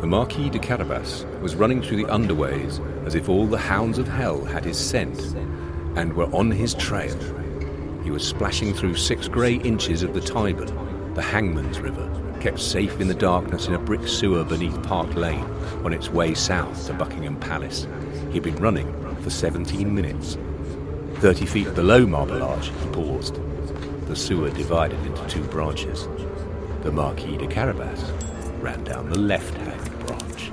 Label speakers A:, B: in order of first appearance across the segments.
A: The Marquis de Carabas was running through the underways as if all the hounds of hell had his scent and were on his trail. He was splashing through six grey inches of the Tiber, the hangman's river, kept safe in the darkness in a brick sewer beneath Park Lane on its way south to Buckingham Palace. He'd been running for 17 minutes. 30 feet below Marble Arch, he paused. The sewer divided into two branches. The Marquis de Carabas ran down the left-hand branch.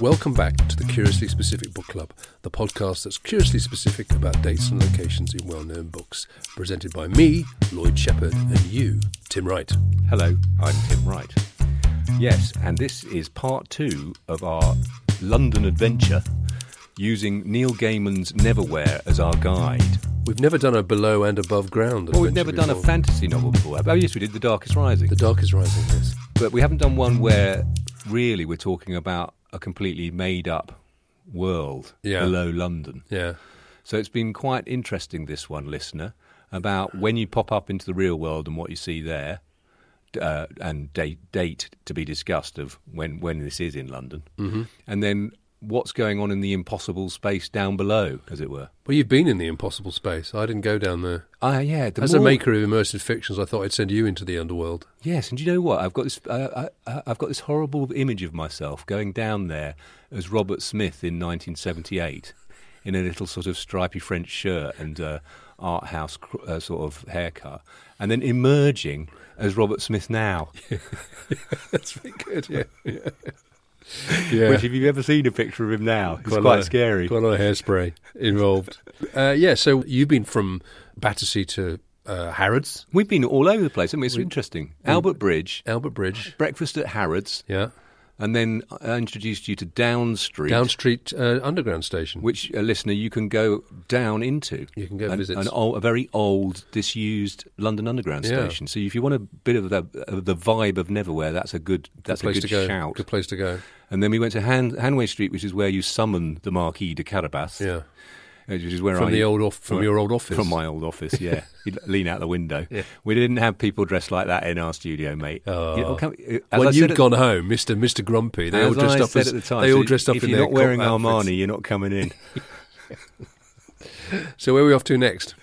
B: Welcome back to the Curiously Specific Book Club, the podcast that's curiously specific about dates and locations in well known books, presented by me, Lloyd Shepherd, and you, Tim Wright.
A: Hello, I'm Tim Wright. Yes, and this is part two of our London adventure using Neil Gaiman's Neverwhere as our guide.
B: We've never done a below and above ground.
A: Well, we've never
B: adventure
A: done a
B: before.
A: fantasy novel before. Oh, yes, we did The Darkest Rising.
B: The Dark is Rising, yes.
A: but we haven't done one where really we're talking about a completely made up world
B: Yeah.
A: below London.
B: Yeah.
A: So it's been quite interesting, this one, listener, about when you pop up into the real world and what you see there, uh, and date, date to be discussed of when, when this is in London, mm-hmm. and then what's going on in the impossible space down below, as it were.
B: Well, you've been in the impossible space. I didn't go down there.
A: Ah, yeah. The
B: As a
A: more-
B: maker of immersive fictions, I thought I'd send you into the underworld.
A: Yes, and do you know what? I've got this. Uh, I, I've got this horrible image of myself going down there as Robert Smith in 1978, in a little sort of stripy French shirt and uh, art house cr- uh, sort of haircut, and then emerging as Robert Smith now.
B: That's very good, yeah. yeah.
A: Which, if you've ever seen a picture of him now, it's
B: a
A: quite,
B: lot of-
A: scary.
B: Quite a lot of hairspray involved. uh, yeah, so you've been from Battersea to uh, Harrods,
A: We've been all over the place. I mean, it's interesting. Albert Bridge,
B: Albert Bridge.
A: breakfast at Harrods,
B: Yeah.
A: and then I introduced you to Down Street.
B: Down Street uh, Underground Station.
A: which a listener you can go down into.
B: You can go
A: an,
B: visit.
A: an old, a very old, disused London Underground
B: Yeah.
A: station. So if you want a bit of the of the vibe of Neverwhere, that's a good that's
B: place
A: a good
B: to go.
A: shout.
B: Good place to go.
A: And then we went to Han- Hanway Street, which is where you summon the Marquis de Carabas. uh,
B: Yeah.
A: Which is where
B: From
A: I,
B: the old off- from your old office.
A: From my old office, yeah. You'd lean out the window. We didn't have people dressed like that in our studio, mate. You know, come- uh, as I
B: Uh, when
A: said
B: you'd
A: at-
B: gone home, Mister Mister Grumpy, they all
A: as
B: dressed
A: I
B: up
A: said
B: as
A: at the time,
B: they all
A: so
B: dressed up
A: if
B: in
A: you're
B: their
A: not wearing
B: cotton outfits.
A: Armani, you're not coming in.
B: So where are we off to next?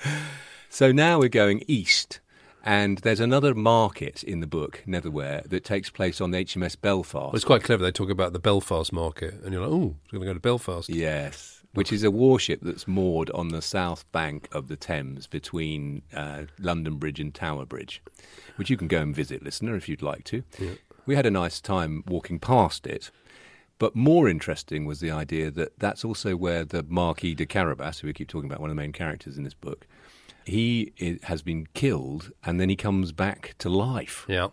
A: So now we're going east, and there's another market in the book, Netherware, that takes place on the HMS Belfast.
B: Well, it's quite clever. They talk about the Belfast market, and you're like, oh, we're going to go to Belfast.
A: yes, which is a warship that's moored on the south bank of the Thames between uh, London Bridge and Tower Bridge, which you can go and visit, listener, if you'd like to. We had a nice time walking past it. But more interesting was the idea that that's also where the Marquis de Carabas, who we keep talking about, one of the main characters in this book, he i has been killed and then he comes back to life.
B: Yeah.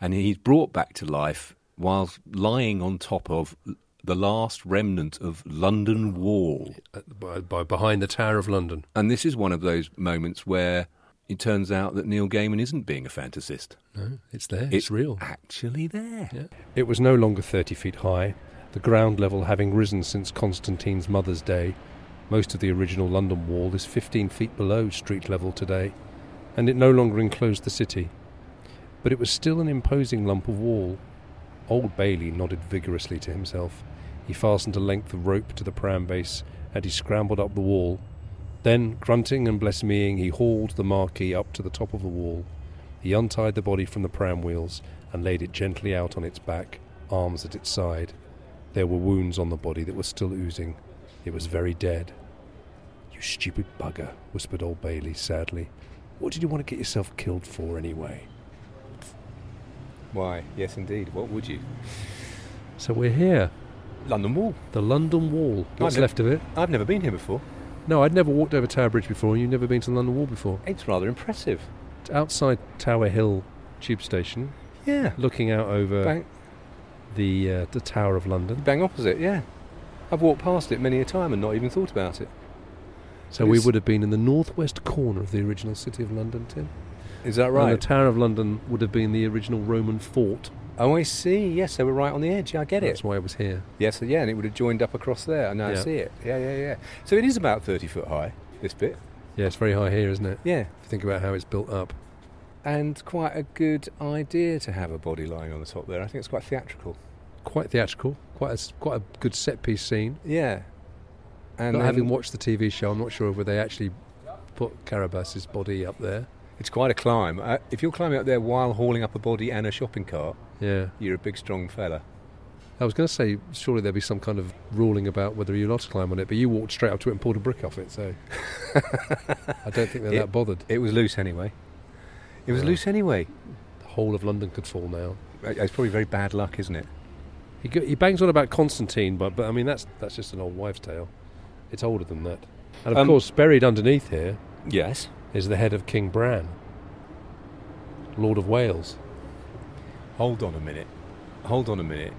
A: and he's brought back to life whilst lying on top of the last remnant of London Wall.
B: At- By, by behind the Tower of London.
A: And this is one of those moments where it turns out that Neil Gaiman isn't being a fantasist.
B: No, it's there. It's, real.
A: Actually there.
C: It was no longer 30 feet high, the ground level having risen since Constantine's mother's day,
B: Most of the original London Wall is 15 feet below street level today, and it no longer enclosed the city. But it was still an imposing lump of wall. Old Bailey nodded vigorously to himself. He fastened a length of rope to the pram base, and he scrambled up the wall. Then, grunting and bless meing, he hauled the marquee up to the top of the wall. He untied the body from the pram wheels and laid it gently out on its back, arms at its side. There were wounds on the body that were still oozing. It was very dead. You stupid bugger, whispered old Bailey sadly. What did you want to get yourself killed for anyway?
A: Why, yes, indeed. What would you?
B: So we're here.
A: London Wall.
B: The London Wall. What's
A: I've ne-
B: left of it?
A: I've never been here before.
B: No, I'd never walked over Tower Bridge before, and you've never been to the London Wall before.
A: It's rather impressive.
B: It's outside Tower Hill tube station,
A: Yeah.
B: looking out over
A: Bang,
B: the uh, the Tower of London.
A: bang opposite, yeah. I've walked past it many a time and not even thought about it.
B: So we
A: It's-
B: would have been in the northwest corner of the original city of London, Tim.
A: Is that
B: And
A: right?
B: the Tower of London would have been the original Roman fort.
A: oh, I see. Yes, they were right on the edge. I get it.
B: That's why it was here.
A: Yes, yeah, and it would have joined up across there. And now
B: Yeah.
A: I see it. Yeah, yeah, yeah. So it is about 30 foot high, this bit.
B: Yeah, it's very high here, isn't it?
A: Yeah.
B: If you think about how it's built up.
A: And quite a good idea to have a body lying on the top there. I think it's quite theatrical.
B: Quite theatrical, quite a, s- quite a good set piece scene.
A: Yeah. And
B: Not
A: then-
B: having watched the TV show, I'm not sure whether they actually put Carabas's body up there.
A: it's quite a climb. Uh, if you're climbing up there while hauling up a body and a shopping cart,
B: Yeah.
A: you're a big, strong fella.
B: I was going to say, surely there'd be some kind of ruling about whether you're allowed to climb on it, but you walked straight up to it and pulled a brick off it, so I don't think they're
A: It-
B: that bothered.
A: It was loose anyway. It was
B: Yeah.
A: loose anyway.
B: The whole of London could fall now.
A: Uh, It's probably very bad luck, isn't it?
B: He, go, he bangs on about Constantine, but, but I mean, that's, that's just an old wives' tale. It's older than that. And of
A: Um,
B: course, buried underneath here
A: Yes.
B: is the head of King Bran, Lord of Wales.
A: Hold on a minute. Hold on a minute.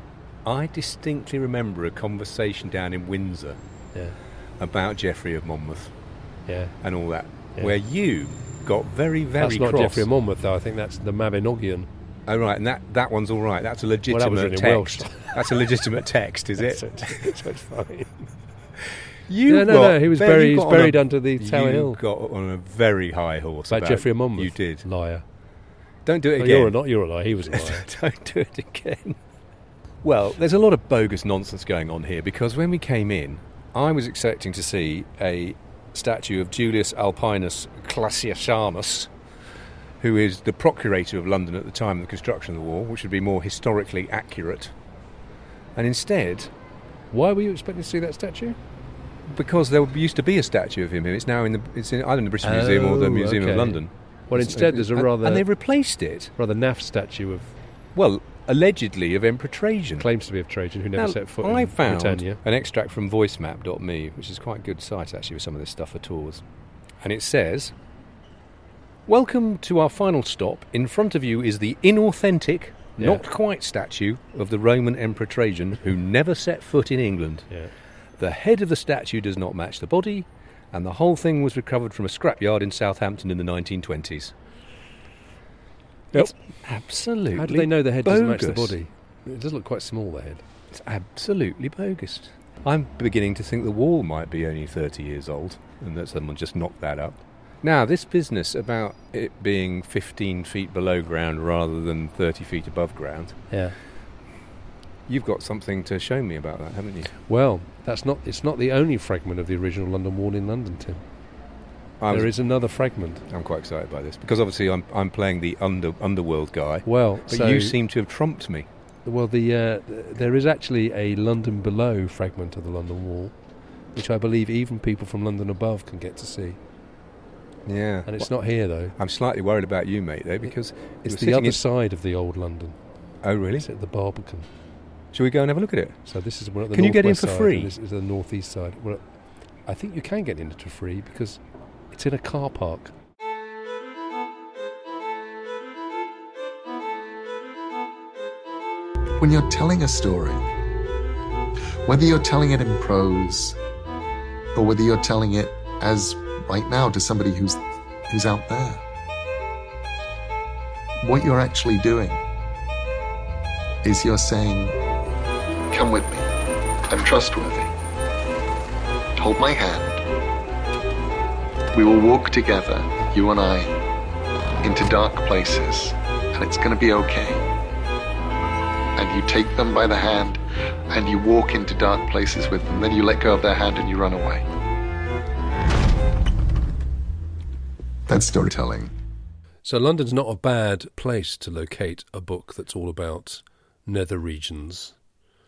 A: I distinctly remember a conversation down in Windsor
B: Yeah,
A: about Geoffrey of Monmouth
B: yeah.
A: and all that,
B: Yeah.
A: where you got very, very
B: That's not
A: cross.
B: Geoffrey of Monmouth, though. I think that's the Mabinogion.
A: Oh right, and that, that one's all right. That's a legitimate
B: that was written in
A: text. That's a legitimate text, is it? You
B: No, no,
A: got
B: no, he was
A: very-
B: buried-
A: you
B: he's
A: got on a-
B: buried under the Tower
A: you
B: Hill.
A: Got on a very high horse
B: About Geoffrey of Monmouth.
A: You did.
B: Liar.
A: Don't do it
B: No,
A: again.
B: you're, a, not, you're a liar. He was a liar.
A: Don't do it again. Well, there's a lot of bogus nonsense going on here because when we came in, I was expecting to see a statue of Julius Alpinus Classiacanus, who is the procurator of London at the time of the construction of the wall, which would be more historically accurate. And instead,
B: Why were you expecting to see that statue?
A: because there used to be a statue of him, here, it's now in the it's in either in the British Museum or the
B: Oh,
A: Museum
B: okay.
A: of London.
B: Well, instead, there's a
A: And-
B: rather
A: and they replaced it.
B: rather naff statue of
A: Well, allegedly of Emperor Trajan.
B: claims to be of Trajan who never
A: Now,
B: set foot
A: I
B: in
A: found
B: Britannia.
A: an extract from voicemap.me, which is quite a good site actually with some of this stuff for tours. And it says Welcome to our final stop. In front of you is the inauthentic,
B: Yeah.
A: not quite statue of the Roman Emperor Trajan who never set foot in England.
B: Yeah.
A: The head of the statue does not match the body, and the whole thing was recovered from a scrapyard in Southampton in the 1920s.
B: Yep.
A: It's absolutely
B: How do they know the head doesn't match the
A: bogus.
B: body? It does look quite small. The head.
A: It's absolutely bogus. I'm beginning to think the wall might be only 30 years old and that someone just knocked that up. Now, this business about it being 15 feet below ground rather than 30 feet above ground,
B: Yeah.
A: you've got something to show me about that, haven't you?
B: Well, that's not. It's not the only fragment of the original London Wall in London, Tim.
A: I was-
B: there is another fragment.
A: I'm quite excited by this because obviously I'm, I'm playing the under, underworld guy,
B: Well,
A: but
B: so
A: you seem to have trumped me.
B: well, the uh, th- there is actually a London below fragment of the London Wall, which I believe even people from London above can get to see.
A: Yeah.
B: And it's not here though.
A: I'm slightly worried about you, mate, though, because
B: It's
A: you're
B: the
A: sitting
B: other
A: in-
B: side of the old London.
A: Oh, really?
B: It's at the Barbican.
A: Shall we go and have a look at it?
B: So this is one at the
A: Can you get in
B: northwest
A: for
B: side,
A: free?
B: and This is the northeast side. Well, I think you can get in it for free because it's in a car park.
D: when you're telling a story, whether you're telling it in prose or whether you're telling it as right now to somebody who's who's out there, what you're actually doing is you're saying, "Come with me. I'm trustworthy. Hold my hand. We will walk together, you and I, into dark places, and it's going to be okay. And you take them by the hand, and you walk into dark places with them. Then you let go of their hand and you run away. That's storytelling.
B: So London's not a bad place to locate a book that's all about nether regions.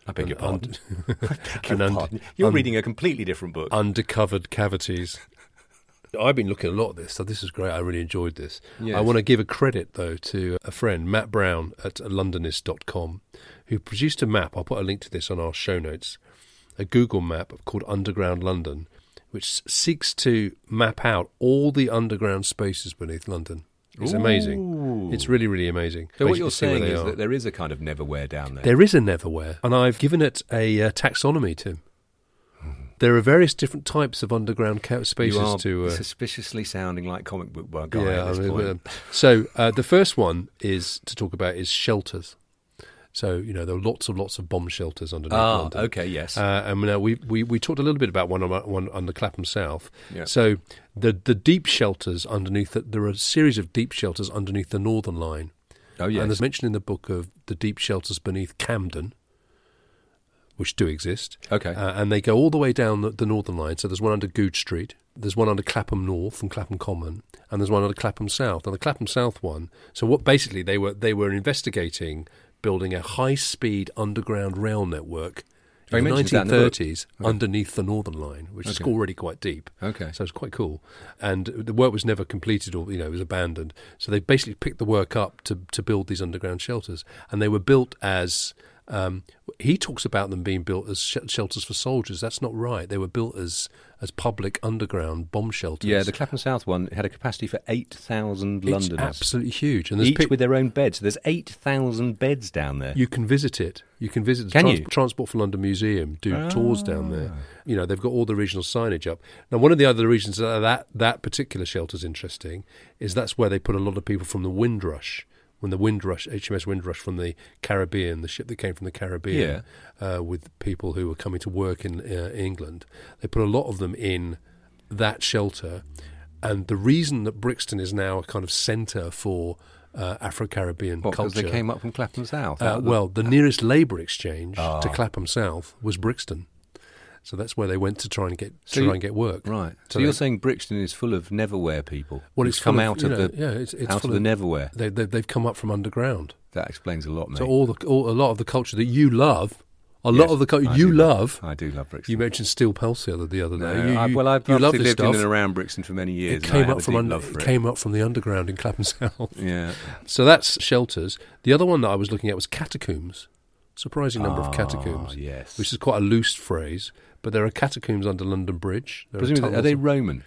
A: I beg your
B: and und-
A: pardon. I beg your
B: and und-
A: Oh, pardon. You're
B: und-
A: reading a completely different book.
B: undercovered cavities. I've been looking a lot at this, so this is great. I really enjoyed this. I
A: Yes.
B: want to give a credit, though, to a friend, Matt Brown at Londonist.com, who produced a map. I'll put a link to this on our show notes a Google map called Underground London, which s- seeks to map out all the underground spaces beneath London. It's amazing. It's really, really amazing.
A: so what
B: Basically
A: you're
B: see where
A: saying
B: they
A: is
B: are.
A: that there is a kind of neverwhere down there.
B: There is a neverwhere, and I've given it a uh, taxonomy, Tim. There are various different types of underground ca- spaces
A: you are
B: to. Uh,
A: suspiciously sounding like comic book guy
B: yeah,
A: at this
B: I mean,
A: point.
B: uh, so uh, the first one is to talk about is shelters. So you know there are lots and lots of bomb shelters underneath
A: Ah,
B: London.
A: okay, yes.
B: Uh, and now we, we we talked a little bit about one on, one under Clapham South.
A: Yeah.
B: So the the deep shelters underneath the, there are a series of deep shelters underneath the Northern Line.
A: oh yes.
B: And there's mention in the book of the deep shelters beneath Camden, which do exist.
A: Okay.
B: Uh, and they go all the way down the, the northern line. So there's one under Goode Street, there's one under Clapham North and Clapham Common, and there's one under Clapham South. And the Clapham South one. So what basically they were they were investigating building a high speed underground rail network.
A: Oh,
B: In
A: he
B: the
A: mentions that in the book.
B: 1930s, underneath the Northern Line, which is
A: Okay.
B: already quite deep.
A: Okay.
B: So it's quite cool. And the work was never completed or, you know, it was abandoned. So they basically picked the work up to, to build these underground shelters. And they were built as, um, he talks about them being built as sh- shelters for soldiers. That's not right. They were built as, as public underground bomb shelters.
A: yeah, the Clapham South one had a capacity for 8,000
B: It's
A: Londoners.
B: absolutely huge. And there's
A: Each
B: pic-
A: with their own bed. So there's 8,000 beds down there.
B: You can visit it. You can visit the
A: Can
B: Trans-
A: you? Ah.
B: Transport for London Museum, do tours down there. You know, they've got all the regional signage up. Now, one of the other reasons that that, that particular shelter's interesting is that's where they put a lot of people from the Windrush. When the Windrush, HMS Windrush from the Caribbean, the ship that came from the Caribbean, uh, with people who were coming to work in uh, England, they put a lot of them in that shelter. And the reason that Brixton is now a kind of centre for uh, Afro Caribbean
A: What, 'cause
B: culture
A: they came up from Clapham South.
B: uh,
A: Out of the- Ah.
B: well, the nearest labour exchange to Clapham South was Brixton, so that's where they went to try and get
A: So
B: to
A: you-
B: try and get work.
A: Right. So,
B: they-
A: you're saying Brixton is full of neverwhere people.
B: well,
A: Who've
B: it's full
A: come
B: of,
A: out
B: you
A: of
B: know,
A: the
B: yeah, it's, it's
A: out
B: full
A: of the neverwhere.
B: They, they, they've come up from underground.
A: That explains a lot, mate.
B: So all the all, a lot of the culture that you love, a lot
A: Yes,
B: of the culture
A: I
B: you
A: do
B: love.
A: I do love Brixton.
B: You mentioned Steel Pulse the other, the other
A: No,
B: day. You,
A: I-
B: you-
A: well, I've
B: you love
A: obviously
B: this
A: lived
B: stuff.
A: in and around Brixton for many years.
B: it
A: and I
B: came
A: have
B: up
A: a
B: from
A: deep
B: under,
A: love
B: it
A: for
B: came up from the underground in Clapham South.
A: Yeah.
B: So that's shelters. The other one that I was looking at was catacombs. Surprising number of
A: Ah,
B: catacombs.
A: yes.
B: Which is quite a loose phrase, but there are catacombs under London Bridge. There
A: Presumably, are
B: tunnels
A: they
B: of-
A: Roman?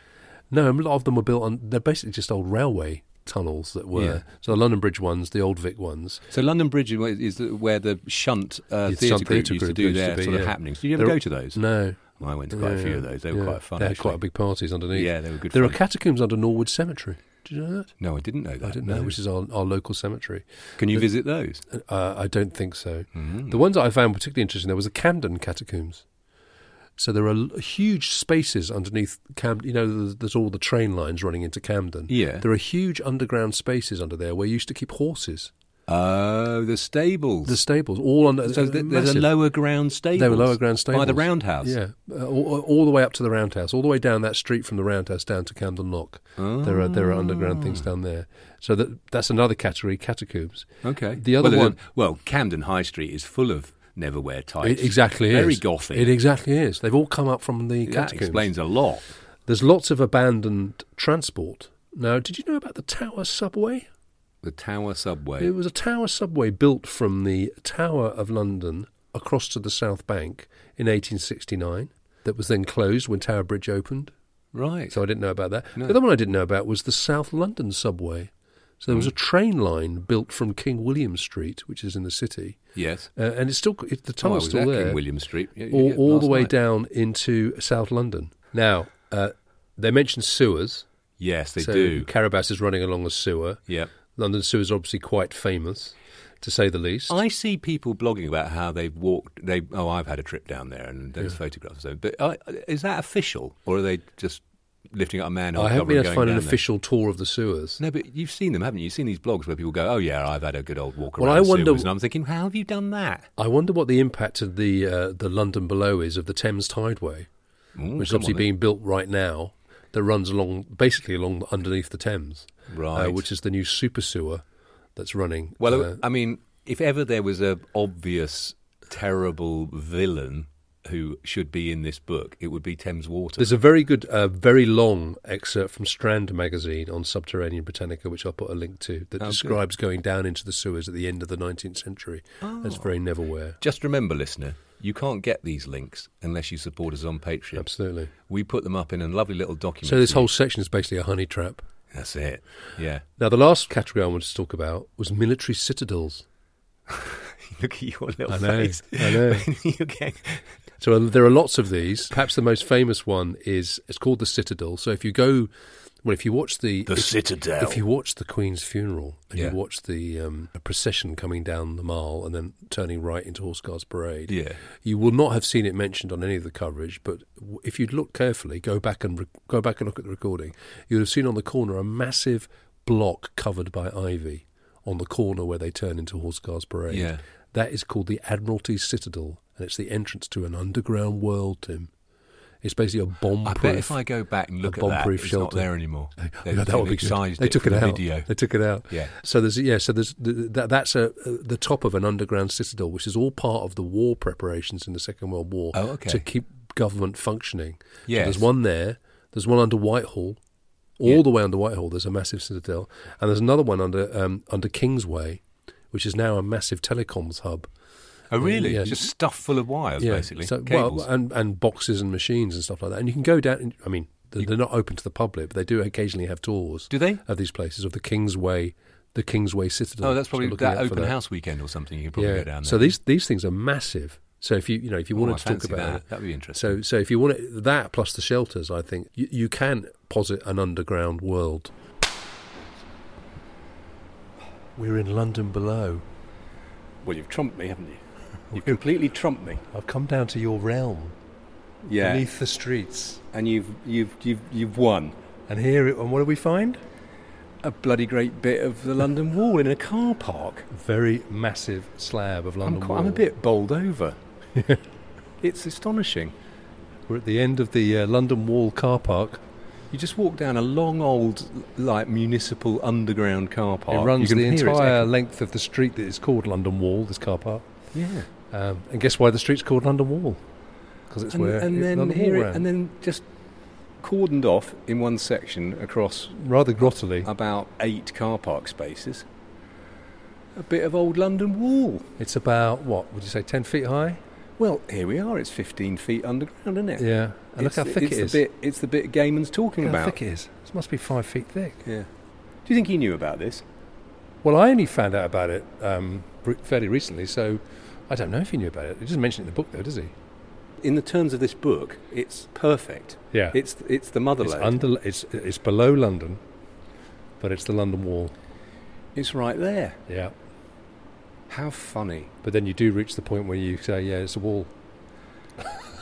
B: no, a lot of them were built on. They're basically just old railway tunnels that were.
A: Yeah.
B: So the London Bridge ones, the Old Vic ones.
A: So London Bridge is is the- where the shunt uh,
B: The
A: theatre
B: Sun
A: group
B: Theatre
A: used to
B: Group
A: do
B: used to
A: their
B: be,
A: sort of
B: yeah.
A: happenings. Did you ever
B: There-
A: go to those?
B: No.
A: I went to quite a
B: Yeah,
A: few of those. They were
B: yeah.
A: quite fun.
B: They had
A: actually.
B: quite big parties underneath.
A: Yeah, they were good
B: There are
A: fun.
B: catacombs under Norwood Cemetery. Did you know that?
A: No, I didn't know that.
B: I didn't
A: no.
B: know, which is our, our local cemetery.
A: Can you visit those?
B: Uh, I don't think so.
A: Mm.
B: The ones that I found particularly interesting there was the Camden catacombs. So there are l- huge spaces underneath Camden. You know, there's, there's all the train lines running into Camden.
A: Yeah.
B: there are huge underground spaces under there where you used to keep horses.
A: Oh, the stables.
B: The stables all under.
A: so th- there's a
B: massive.
A: lower ground stables.
B: They were lower ground stables
A: by the roundhouse.
B: Yeah, uh, all, all the way up to the roundhouse, all the way down that street from the roundhouse down to Camden Lock. There are there are underground
A: Ah.
B: things down there. So that that's another category, catacombs.
A: Okay.
B: The other
A: well,
B: one,
A: Well, Camden High Street is full of neverwhere types.
B: It exactly
A: Very
B: is.
A: gothic.
B: It exactly is. They've all come up from the
A: That
B: catacombs.
A: explains a lot.
B: There's lots of abandoned transport. Now, did you know about the Tower Subway?
A: The Tower Subway.
B: It was a tower subway built from the Tower of London across to the South Bank in 1869 that was then closed when Tower Bridge opened.
A: right.
B: So I didn't know about that.
A: No.
B: The other one I didn't know about was the South London subway. So there was a
A: Hmm.
B: train line built from King William Street, which is in the city,
A: yes.
B: uh, and it's still it,
A: Oh,
B: the
A: I
B: tunnel's
A: was
B: still
A: at
B: there
A: King William Street. Yeah,
B: all,
A: yeah,
B: all the
A: last
B: way
A: night.
B: down into South London. Now, uh, they mentioned sewers.
A: Yes, they
B: so
A: do.
B: Carabas is running along a sewer.
A: Yep.
B: London sewers are obviously quite famous, to say the least.
A: I see people blogging about how they've walked. They oh, I've had a trip down there, and there's photographs of them. But uh, is that official, or are they just lifting up a manhole.
B: I
A: cover
B: haven't been
A: and
B: able
A: going
B: to find an
A: down there.
B: official tour of the sewers.
A: No, but you've seen them, haven't you? You've seen these blogs where people go, "Oh yeah, I've had a good old walk
B: Well,
A: around."
B: I
A: the
B: wonder-
A: sewers," and I'm thinking, how have you done that?
B: I wonder what the impact of the uh, the London below is of the Thames Tideway,
A: Mm,
B: which is
A: come
B: obviously
A: on
B: being built right now, that runs along basically along underneath the Thames,
A: then. right,
B: uh, which is the new super sewer that's running.
A: well,
B: uh,
A: I mean, if ever there was a obvious terrible villain who should be in this book, it would be Thames Water.
B: There's a very good, uh, very long excerpt from Strand magazine on Subterranean Britannica, which I'll put a link to, that
A: Oh, good.
B: describes going down into the sewers at the end of the 19th century. That's
A: Oh.
B: very Neverwhere.
A: Just remember, listener, you can't get these links unless you support us on Patreon.
B: Absolutely.
A: We put them up in a lovely little document.
B: So this
A: for you.
B: whole section is basically a honey trap.
A: That's it. Yeah.
B: Now, the last category I wanted to talk about was military citadels.
A: Look at your little
B: I know,
A: face.
B: I know.
A: You're getting-
B: So uh, there are lots of these. Perhaps the most famous one is it's called the Citadel. So if you go, well, if you watch the
A: The
B: if-
A: Citadel.
B: if you watch the Queen's funeral and
A: Yeah.
B: you watch the um, procession coming down the mile and then turning right into Horse Guards Parade,
A: yeah.
B: you will not have seen it mentioned on any of the coverage. But w- if you'd look carefully, go back and re- go back and look at the recording, you'll have seen on the corner a massive block covered by ivy on the corner where they turn into Horse Guards Parade.
A: Yeah.
B: That is called the Admiralty Citadel, and it's the entrance to an underground world, Tim. It's basically a bomb
A: I
B: proof.
A: bet if I go back and look at that,
B: bomb-proof
A: it's not there anymore.
B: No, oh, that would be good.
A: excised
B: They took it
A: from the
B: out.
A: Video.
B: They took it out.
A: Yeah.
B: So there's yeah. So there's th- that, that's a uh, the top of an underground citadel, which is all part of the war preparations in the Second World War
A: Oh, okay.
B: to keep government functioning. So
A: Yes.
B: there's one there. There's one under Whitehall. All
A: Yeah.
B: the way under Whitehall, there's a massive citadel, and there's another one under um, under Kingsway, which is now a massive telecoms hub.
A: Oh, really?
B: Yeah.
A: Just stuff full of wires, basically.
B: So,
A: Cables.
B: well, and, and boxes and machines and stuff like that. And you can go down. and- I mean, they're, they're not open to the public, but they do occasionally have tours.
A: Do they?
B: Of these places, of the Kingsway, the Kingsway Citadel.
A: oh, that's probably
B: So looking
A: that
B: out for
A: open house weekend or something. You could probably
B: Yeah.
A: go down there.
B: So these these things are massive. So if you you know if you
A: Oh,
B: wanted
A: I
B: to talk
A: fancy
B: about
A: that.
B: it-
A: That would be interesting.
B: So so if you want it, that plus the shelters, I think you, you can posit an underground world. We're in London below.
E: Well, you've trumped me, haven't you? You've completely trumped me.
B: I've come down to your realm
E: Yeah.
B: beneath the streets.
E: And you've you've you've you've won
B: And here, it, and what do we find?
E: a bloody great bit of the London Wall in a car park.
B: Very massive slab of London
E: I'm, quite, I'm a
B: Wall.
E: bit bowled over. it's astonishing.
B: We're at the end of the uh, London Wall car park.
E: You just walk down a long old like municipal underground car park.
B: it runs
E: you
B: the
E: can hear its
B: entire
E: echo.
B: length of the street that is called London Wall. This car park.
E: Yeah.
B: Um, and guess why the street's called London Wall? Because it's
E: and,
B: where
E: and
B: it-
E: then
B: London
E: here
B: Wall
E: it,
B: ran.
E: and then just cordoned off in one section across
B: rather grottily,
E: about eight car park spaces. A bit of old London Wall.
B: it's about what would you say, ten feet high?
E: Well, here we are. It's 15 feet underground, isn't it?
B: Yeah. And
E: It's
B: look how
E: the- it's
B: thick it is.
E: The bit, it's the bit Gaiman's talking
B: look how
E: about.
B: thick it is. This must be five feet thick.
E: Yeah. Do you think he knew about this?
B: Well, I only found out about it um, re- fairly recently, so I don't know if he knew about it. He doesn't mention it in the book, though, does he?
E: In the terms of this book, it's perfect.
B: Yeah.
E: It's it's the
B: It's
E: motherland.
B: under. It's it's below London, but it's the London Wall.
E: it's right there.
B: Yeah.
E: How funny.
B: But then you do reach the point where you say, "Yeah, it's a wall."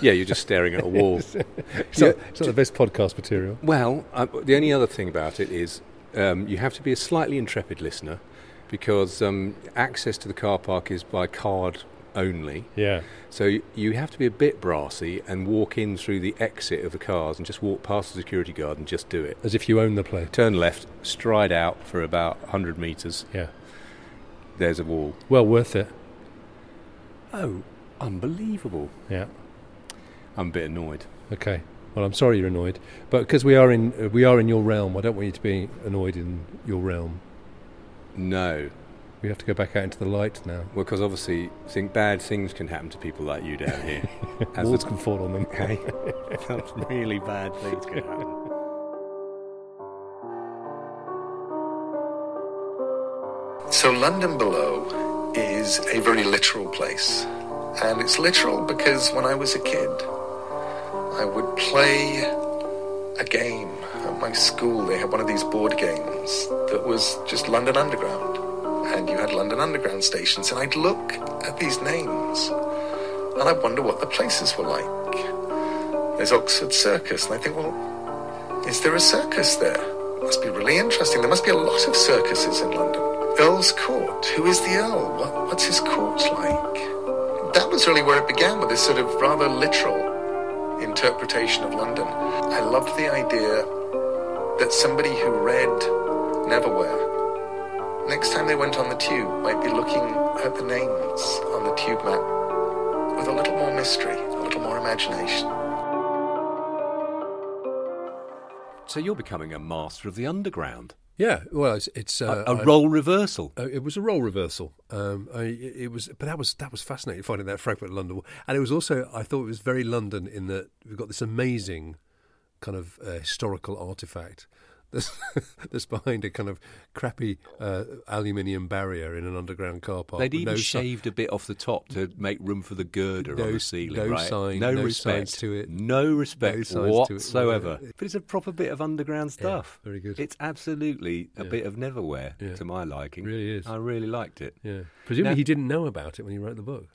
E: Yeah, you're just staring at a wall.
B: It's,
E: Yeah,
B: not, it's not the best podcast material.
E: Well, uh, the only other thing about it is um, you have to be a slightly intrepid listener because um, access to the car park is by card only.
B: Yeah.
E: So y- you have to be a bit brassy and walk in through the exit of the cars and just walk past the security guard and just do it.
B: As if you own the place.
E: Turn left, stride out for about 100 metres.
B: Yeah.
E: There's a wall.
B: Well worth it.
E: Oh, unbelievable.
B: Yeah.
E: I'm a bit annoyed.
B: Okay. Well, I'm sorry you're annoyed, but because we are in uh, we are in your realm, I don't want you to be annoyed in your realm.
E: No.
B: We have to go back out into the light now.
E: Well, because obviously, think bad things can happen to people like you down here. As
B: Walls
E: the-
B: can fall on them.
E: okay? really bad things can happen.
F: So, London Below is a very literal place. And it's literal because when I was a kid, I would play a game at my school. They had one of these board games that was just London Underground. And you had London Underground stations. And I'd look at these names and I'd wonder what the places were like. There's Oxford Circus. And I think, well, Is there a circus there? Must be really interesting. There must be a lot of circuses in London. Earl's Court. Who is the Earl? What, what's his court like? That was really where it began with this sort of rather literal interpretation of London. I loved the idea that somebody who read Neverwhere, next time they went on the tube, might be looking at the names on the tube map with a little more mystery, a little more imagination.
A: So you're becoming a master of the underground.
B: Yeah, well, it's, it's uh,
A: a, a
B: I-
A: role reversal.
B: Uh, it was a role reversal. Um, I, it it was, but that was that was fascinating finding that fragment of London, Wall. and it was also I thought it was very London in that we've got this amazing kind of uh, historical artifact that's, that's behind a kind of crappy uh, aluminium barrier in an underground car park.
A: They'd
B: with
A: even
B: no si-
A: shaved a bit off the top to make room for the girder
B: No
A: on the
B: s-
A: ceiling.
B: no
A: right?
B: sign,
A: no,
B: no
A: respect
B: signs to it.
A: no
B: No
A: respect
B: signs to it.
A: whatsoever.
B: Yeah.
A: But it's a proper bit of underground stuff.
B: very good.
A: It's absolutely a bit of neverwhere
B: Yeah.
A: to my liking.
B: Really is.
A: I really liked it.
B: Yeah, presumably
A: Now-
B: he didn't know about it when he wrote the book.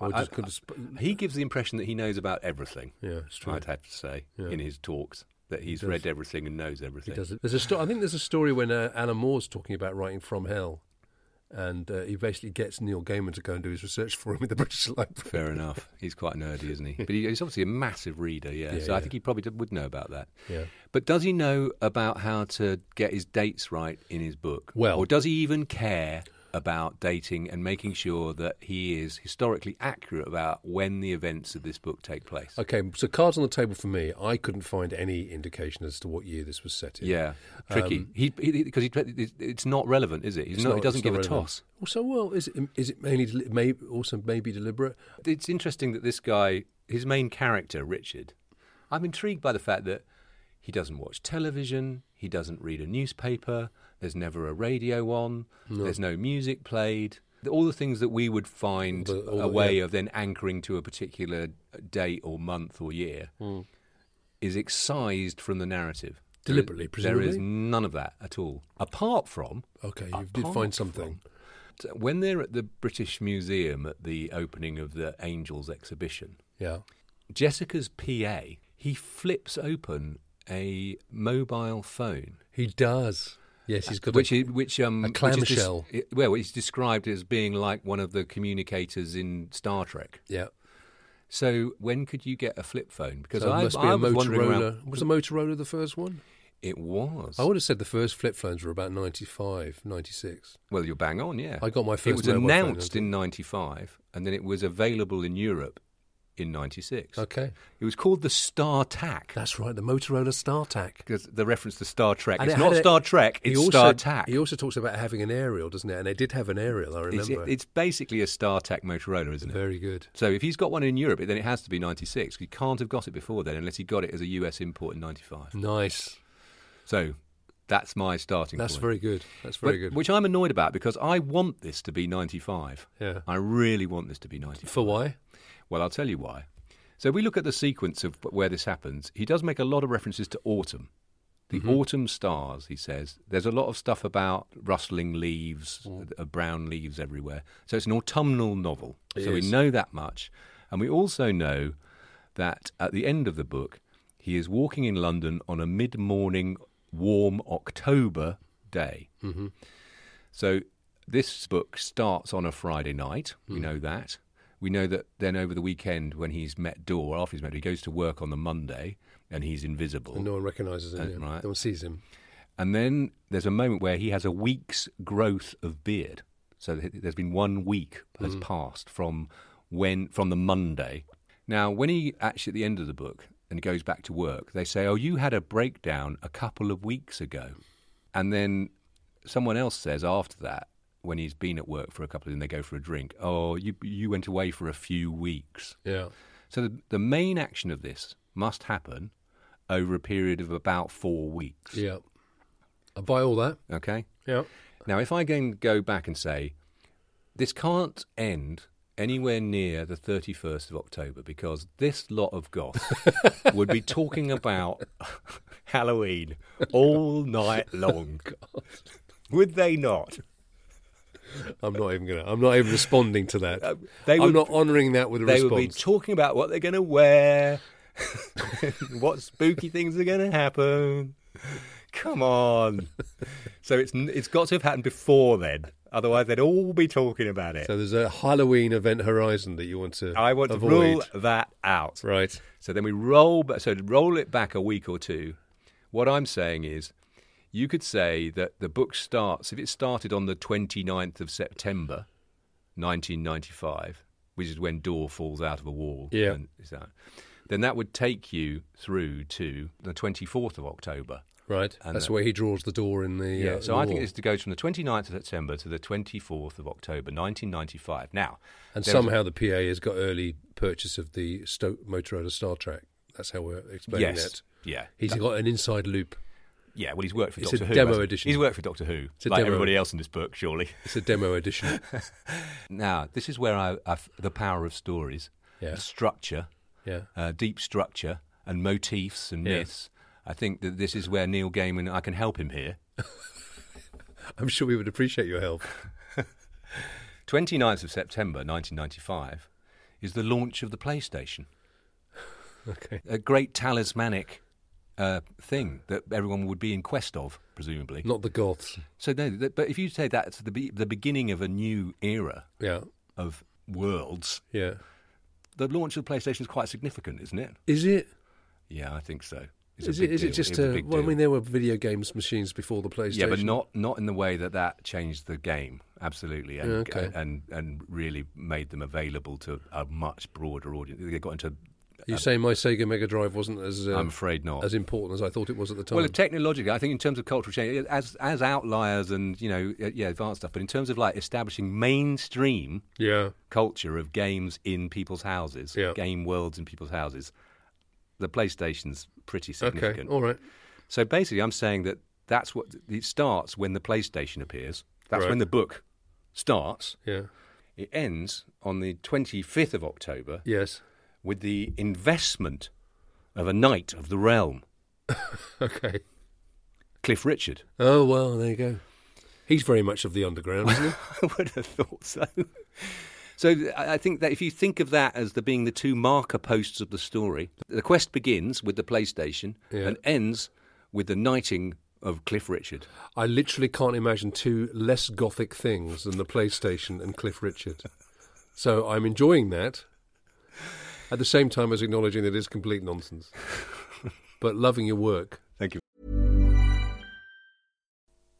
B: Or
A: I-
B: just
A: I-
B: kind of sp-
A: he gives the impression that he knows about everything.
B: Yeah, it's true.
A: I'd have to say
B: Yeah.
A: in his talks that he's
B: does.
A: read everything and knows
B: He
A: everything.
B: does it. There's a sto- I think there's a story when uh, Anna Moore's talking about writing From Hell, and uh, he basically gets Neil Gaiman to go and do his research for him at the British Library.
A: Fair enough. He's quite nerdy, isn't he? But he, he's obviously a massive reader, yeah.
B: Yeah,
A: so I
B: yeah.
A: think he probably d- would know about that.
B: Yeah.
A: But does he know about how to get his dates right in his book?
B: Well-
A: or does he even care about dating and making sure that he is historically accurate about when the events of this book take place?
B: Okay, so cards on the table for me. I couldn't find any indication as to what year this was set in.
A: Yeah, tricky.
B: Um,
A: he because he, it's- it's not relevant, is it? He's
B: It's
A: not, he
B: not-
A: doesn't
B: it's
A: give
B: not
A: a
B: relevant.
A: toss.
B: Also, well, is it, is it mainly deli- may, also maybe deliberate?
A: It's interesting that this guy, his main character, Richard, I'm intrigued by the fact that he doesn't watch television, he doesn't read a newspaper, there's never a radio on, there's no music played. All the things that we would find
B: The- all
A: a
B: the-
A: way
B: oh, yeah.
A: of then anchoring to a particular date or month or year
B: Hmm.
A: is excised from the narrative. There is-
B: Deliberately,
A: There is
B: presumably?
A: none of that at all. Apart from
B: Okay, you did find
A: Apart
B: something.
A: t- when they're at the British Museum at the opening of the Angels exhibition,
B: Yeah.
A: Jessica's PA, he flips open a mobile phone,
B: He does. Yes, he's got
A: which
B: a,
A: is, which um which
B: a
A: is des-
B: clamshell.
A: it- well, it's described as being like one of the communicators in Star Trek.
B: yeah.
A: So when could you get a flip phone? Because
B: So it
A: I,
B: must be
A: I
B: a
A: was wondering around.
B: Motorola. Was the Motorola the first one?
A: It was.
B: I would have said the first flip phones were about 95, 96.
A: Well, you're bang on, yeah.
B: I got my
A: It
B: first
A: was
B: mobile phone,
A: announced in '95, and then it was available in Europe in '96.
B: Okay.
A: It was called the StarTAC
B: That's right, the Motorola StarTAC.
A: because the reference to Star Trek.
B: And
A: it's
B: it
A: not
B: had a-
A: Star Trek.
B: he
A: It's
B: also-
A: StarTAC.
B: He also talks about having an aerial, doesn't it? And they did have an aerial, I
A: It's,
B: remember.
A: it's basically a StarTAC Motorola, isn't it?
B: very good.
A: So if he's got one in Europe, then it has to be 96. He can't have got it before then unless he got it as a US import in
B: Hmm.
A: 95.
B: Nice.
A: So that's my starting
B: That's
A: point.
B: very good. That's very
A: But-
B: good.
A: Which I'm annoyed about because I want this to be 95.
B: Yeah.
A: I really want this to be 95.
B: For why?
A: Well, I'll tell you why. So we look at the sequence of where this happens. He does make a lot of references to autumn. The
B: Mm-hmm.
A: autumn stars, he says. There's a lot of stuff about rustling leaves,
B: Mm.
A: uh, brown leaves everywhere. So it's an autumnal novel.
B: It
A: so we
B: is.
A: know that much. And we also know that at the end of the book, he is walking in London on a mid morning, warm October day. So this book starts on a Friday night. We know that. We know that then over the weekend when he's met Dor, after he's met, her, he goes to work on the Monday and he's invisible.
B: And no one recognises him.
A: Oh. That's
B: yeah.
A: right.
B: No one sees him.
A: And then there's a moment where he has a week's growth of beard. So th- there's been one week has passed from when from the Monday. Now, when he actually at the end of the book and he goes back to work, they say, "Oh, you had a breakdown a couple of weeks ago," and then someone else says after that, when he's been at work for a couple, and they go for a drink, "Oh, you you went away for a few weeks."
B: Yeah.
A: So the, the main action of this must happen over a period of about four weeks.
B: Yeah. I buy all that.
A: Okay.
B: Yeah.
A: Now, if I can go back and say, this can't end anywhere near the 31st of October because this lot of goths would be talking about Halloween all night long. Would they not?
B: I'm not even gonna. I'm not even responding to that.
A: Um, they
B: I'm
A: would-
B: not honouring that with a
A: they
B: response.
A: would be talking about what they're going to wear. what spooky things are going to happen? Come on. so it's n- it's got to have happened before then. Otherwise, they'd all be talking about it.
B: So there's a Halloween event horizon that you want to
A: I want
B: avoid.
A: to rule that out.
B: Right.
A: So then we roll back. So to roll it back a week or two. What I'm saying is, you could say that the book starts if it started on the 29th of September, 1995, which is when Door falls out of a wall.
B: Yeah.
A: and is that- then that would take you through to the 24th of October.
B: Right.
A: And
B: That's
A: the-
B: where he draws the door in the.
A: Yeah,
B: uh,
A: so
B: the
A: I think
B: wall.
A: it's to go from the 29th of September to the 24th of October 1995. Now,
B: And
A: there was a-
B: somehow the PA has got early purchase of the Stoke Motorola Star Trek. That's how we're explaining
A: yes,
B: that.
A: yeah,
B: He's got an inside loop.
A: Yeah, well, he's worked for
B: It's a
A: Doctor Who.
B: demo
A: hasn't he?
B: edition.
A: He's worked for Doctor Who,
B: It's a
A: like
B: demo.
A: everybody else in this book, surely.
B: It's a demo edition.
A: Now, this is where I, I the power of stories,
B: Yeah.
A: structure,
B: Yeah.
A: uh, deep structure, and motifs and
B: Yeah.
A: myths. I think that this is where Neil Gaiman, I can help him here.
B: I'm sure we would appreciate your help.
A: 29th of September 1995 is the launch of the PlayStation.
B: Okay.
A: A great talismanic uh, thing that everyone would be in quest of, presumably.
B: Not the goths.
A: So, no, that, but if you say that's the, be- the beginning of a new era
B: Yeah.
A: of worlds,
B: Yeah.
A: the launch of the PlayStation is quite significant, isn't it?
B: Is it?
A: Yeah, I think so. It's a
B: Is
A: big
B: it? Is it
A: deal.
B: just
A: It's a
B: a?
A: big
B: Well, I
A: deal.
B: mean, there were video games machines before the PlayStation.
A: yeah, but not not in the way that that changed the game absolutely, and
B: Okay.
A: and and really made them available to a much broader audience. They got into.
B: You're saying my Sega Mega Drive wasn't as uh,
A: uh, I'm afraid not.
B: as important as I thought it was at the time.
A: well, technologically, I think in terms of cultural change, as as outliers and you know, uh, yeah, advanced stuff. But in terms of like establishing mainstream
B: yeah.
A: culture of games in people's houses,
B: Yeah.
A: game worlds in people's houses, the PlayStation's pretty significant.
B: Okay. All right.
A: So basically, I'm saying that that's what it starts when the PlayStation appears. That's
B: Right.
A: when the book starts.
B: Yeah.
A: It ends on the 25th of October
B: Yes.
A: with the investment of a knight of the realm,
B: Okay.
A: Cliff Richard.
B: Oh well, there you go. He's very much of the underground, isn't he?
A: I would have thought so. So I I think that if you think of that as the being the two marker posts of the story, the quest begins with the PlayStation
B: Yeah.
A: and ends with the knighting of Cliff Richard.
B: I literally can't imagine two less gothic things than the PlayStation and Cliff Richard. So I'm enjoying that at the same time as acknowledging that it is complete nonsense. But loving your work.
A: Thank you.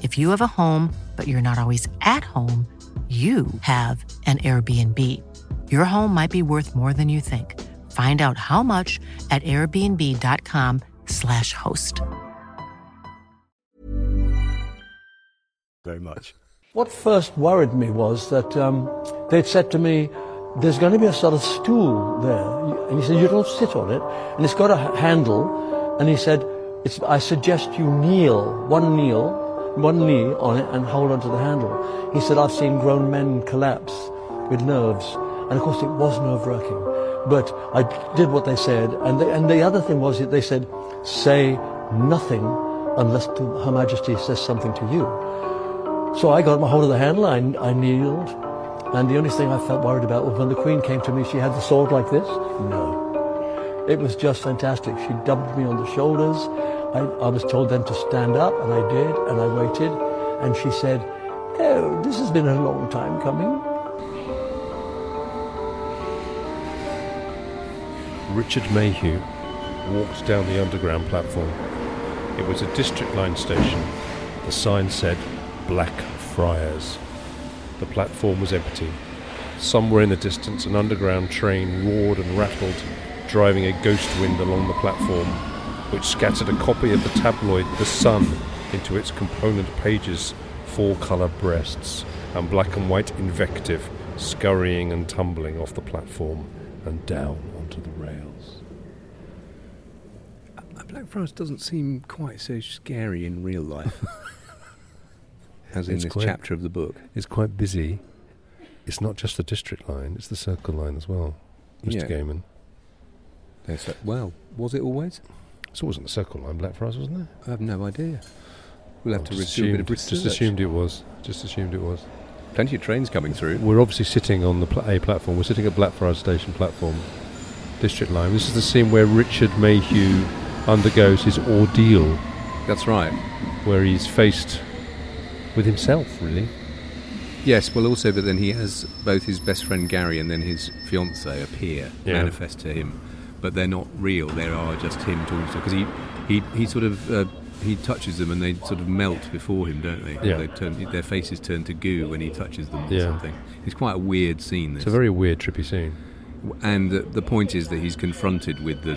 G: If you have a home, but you're not always at home, you have an Airbnb. Your home might be worth more than you think. Find out how much at airbnb.com/slash host.
A: Very much.
H: What first worried me was that um, they'd said to me, there's going to be a sort of stool there. And he said, you don't sit on it. And it's got a h- handle. And he said, it's, I suggest you kneel, one kneel, one knee on it and hold onto the handle. He said, I've seen grown men collapse with nerves. And of course it was nerve-wracking. But I did what they said. And the, and the other thing was that they said, say nothing unless to Her Majesty says something to you. So I got my hold of the handle, I, I kneeled, and the only thing I felt worried about was when the Queen came to me, she had the sword like this. No. It was just fantastic. She dumped me on the shoulders. I, I was told then to stand up, and I did, and I waited, and she said, Oh, this has been a long time coming.
B: Richard Mayhew walked down the underground platform. It was a district line station. The sign said Blackfriars. The platform was empty. Somewhere in the distance, an underground train roared and rattled, driving a ghost wind along the platform, which scattered a copy of the tabloid The Sun into its component pages, four colour breasts, and black and white invective scurrying and tumbling off the platform and down onto the rails.
A: Blackfriars doesn't seem quite so scary in real life as in
B: It's
A: this
B: quite-
A: chapter of the book.
B: It's quite busy. It's not just the district line, it's the circle line as well, Mr.
A: Yeah.
B: Gaiman.
A: There's that- well, was it always?
B: So it wasn't the circle line, Blackfriars, wasn't it?
A: I have no idea. We'll have
B: I
A: to
B: just
A: do a bit of
B: assumed-
A: research.
B: Just assumed it was. Just assumed it was.
A: Plenty of trains coming through.
B: We're obviously sitting on the pla- A platform. We're sitting at Blackfriars Station platform, District Line. This is the scene where Richard Mayhew undergoes his ordeal,
A: That's right.
B: where he's faced with himself, really.
A: Yes, well, also, but then he has both his best friend Gary and then his fiancee appear,
B: Yeah.
A: manifest to him, but they're not real. They are just him talking to because he, he, he sort of uh, he touches them and they sort of melt before him, don't they?
B: Yeah.
A: They turn their faces turn to goo when he touches them or
B: Yeah.
A: something. It's quite a weird scene. This.
B: It's a very weird, trippy scene.
A: and the, the point is that he's confronted with the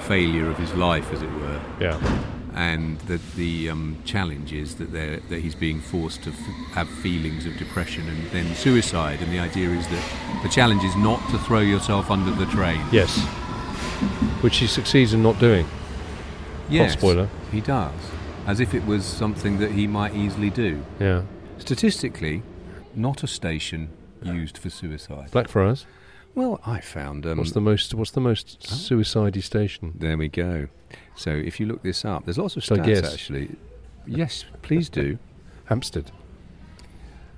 A: failure of his life, as it were,
B: Yeah.
A: and that the um, challenge is that they're, that he's being forced to f- have feelings of depression and then suicide. And the idea is that the challenge is not to throw yourself under the train.
B: Yes. Which he succeeds in not doing.
A: Yes,
B: spoiler.
A: He does, as if it was something that he might easily do.
B: Yeah.
A: Statistically, not a station used for suicide.
B: Blackfriars.
A: Well, I found um,
B: what's the most? What's the most suicide station?
A: There we go. So if you look this up, there's lots of
B: Shall I
A: stats
B: guess?
A: actually. Yes, please do.
B: Hampstead.